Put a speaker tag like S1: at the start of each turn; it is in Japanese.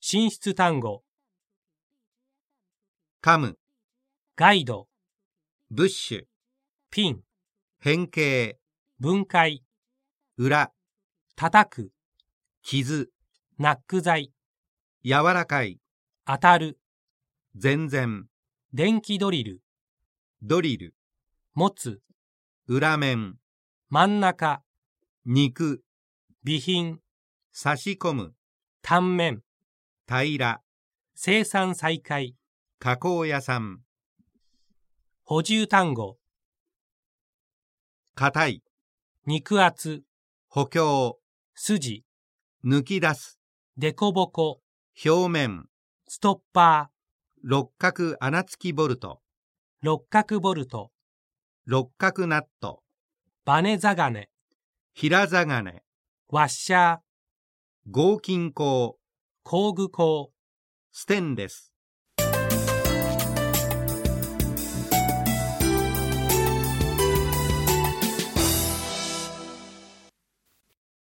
S1: 進出単語、
S2: カム、
S1: ガイド、
S2: ブッシュ、
S1: ピン、
S2: 変形、
S1: 分解、
S2: 裏、
S1: 叩く、
S2: 傷、
S1: ナック剤、
S2: 柔らかい、
S1: 当たる、
S2: 全然、
S1: 電気ドリル、
S2: ドリル、
S1: 持つ、
S2: 裏面、
S1: 真ん中、
S2: 肉、
S1: 備品、
S2: 差し込む、
S1: 単面、
S2: 平ら、
S1: 生産再開、
S2: 加工屋さん、
S1: 補充単語、
S2: 硬い、
S1: 肉厚、
S2: 補強、
S1: 筋、
S2: 抜き出す、
S1: 凸凹、
S2: 表面、
S1: ストッパ
S2: 六角穴付きボルト、
S1: ー、六角ボルト、
S2: 六角ナット、
S1: バネザガネ、
S2: 平ザガネ、
S1: ワッシャー、
S2: 合金鋼、
S1: 工具工、
S2: ステンレス。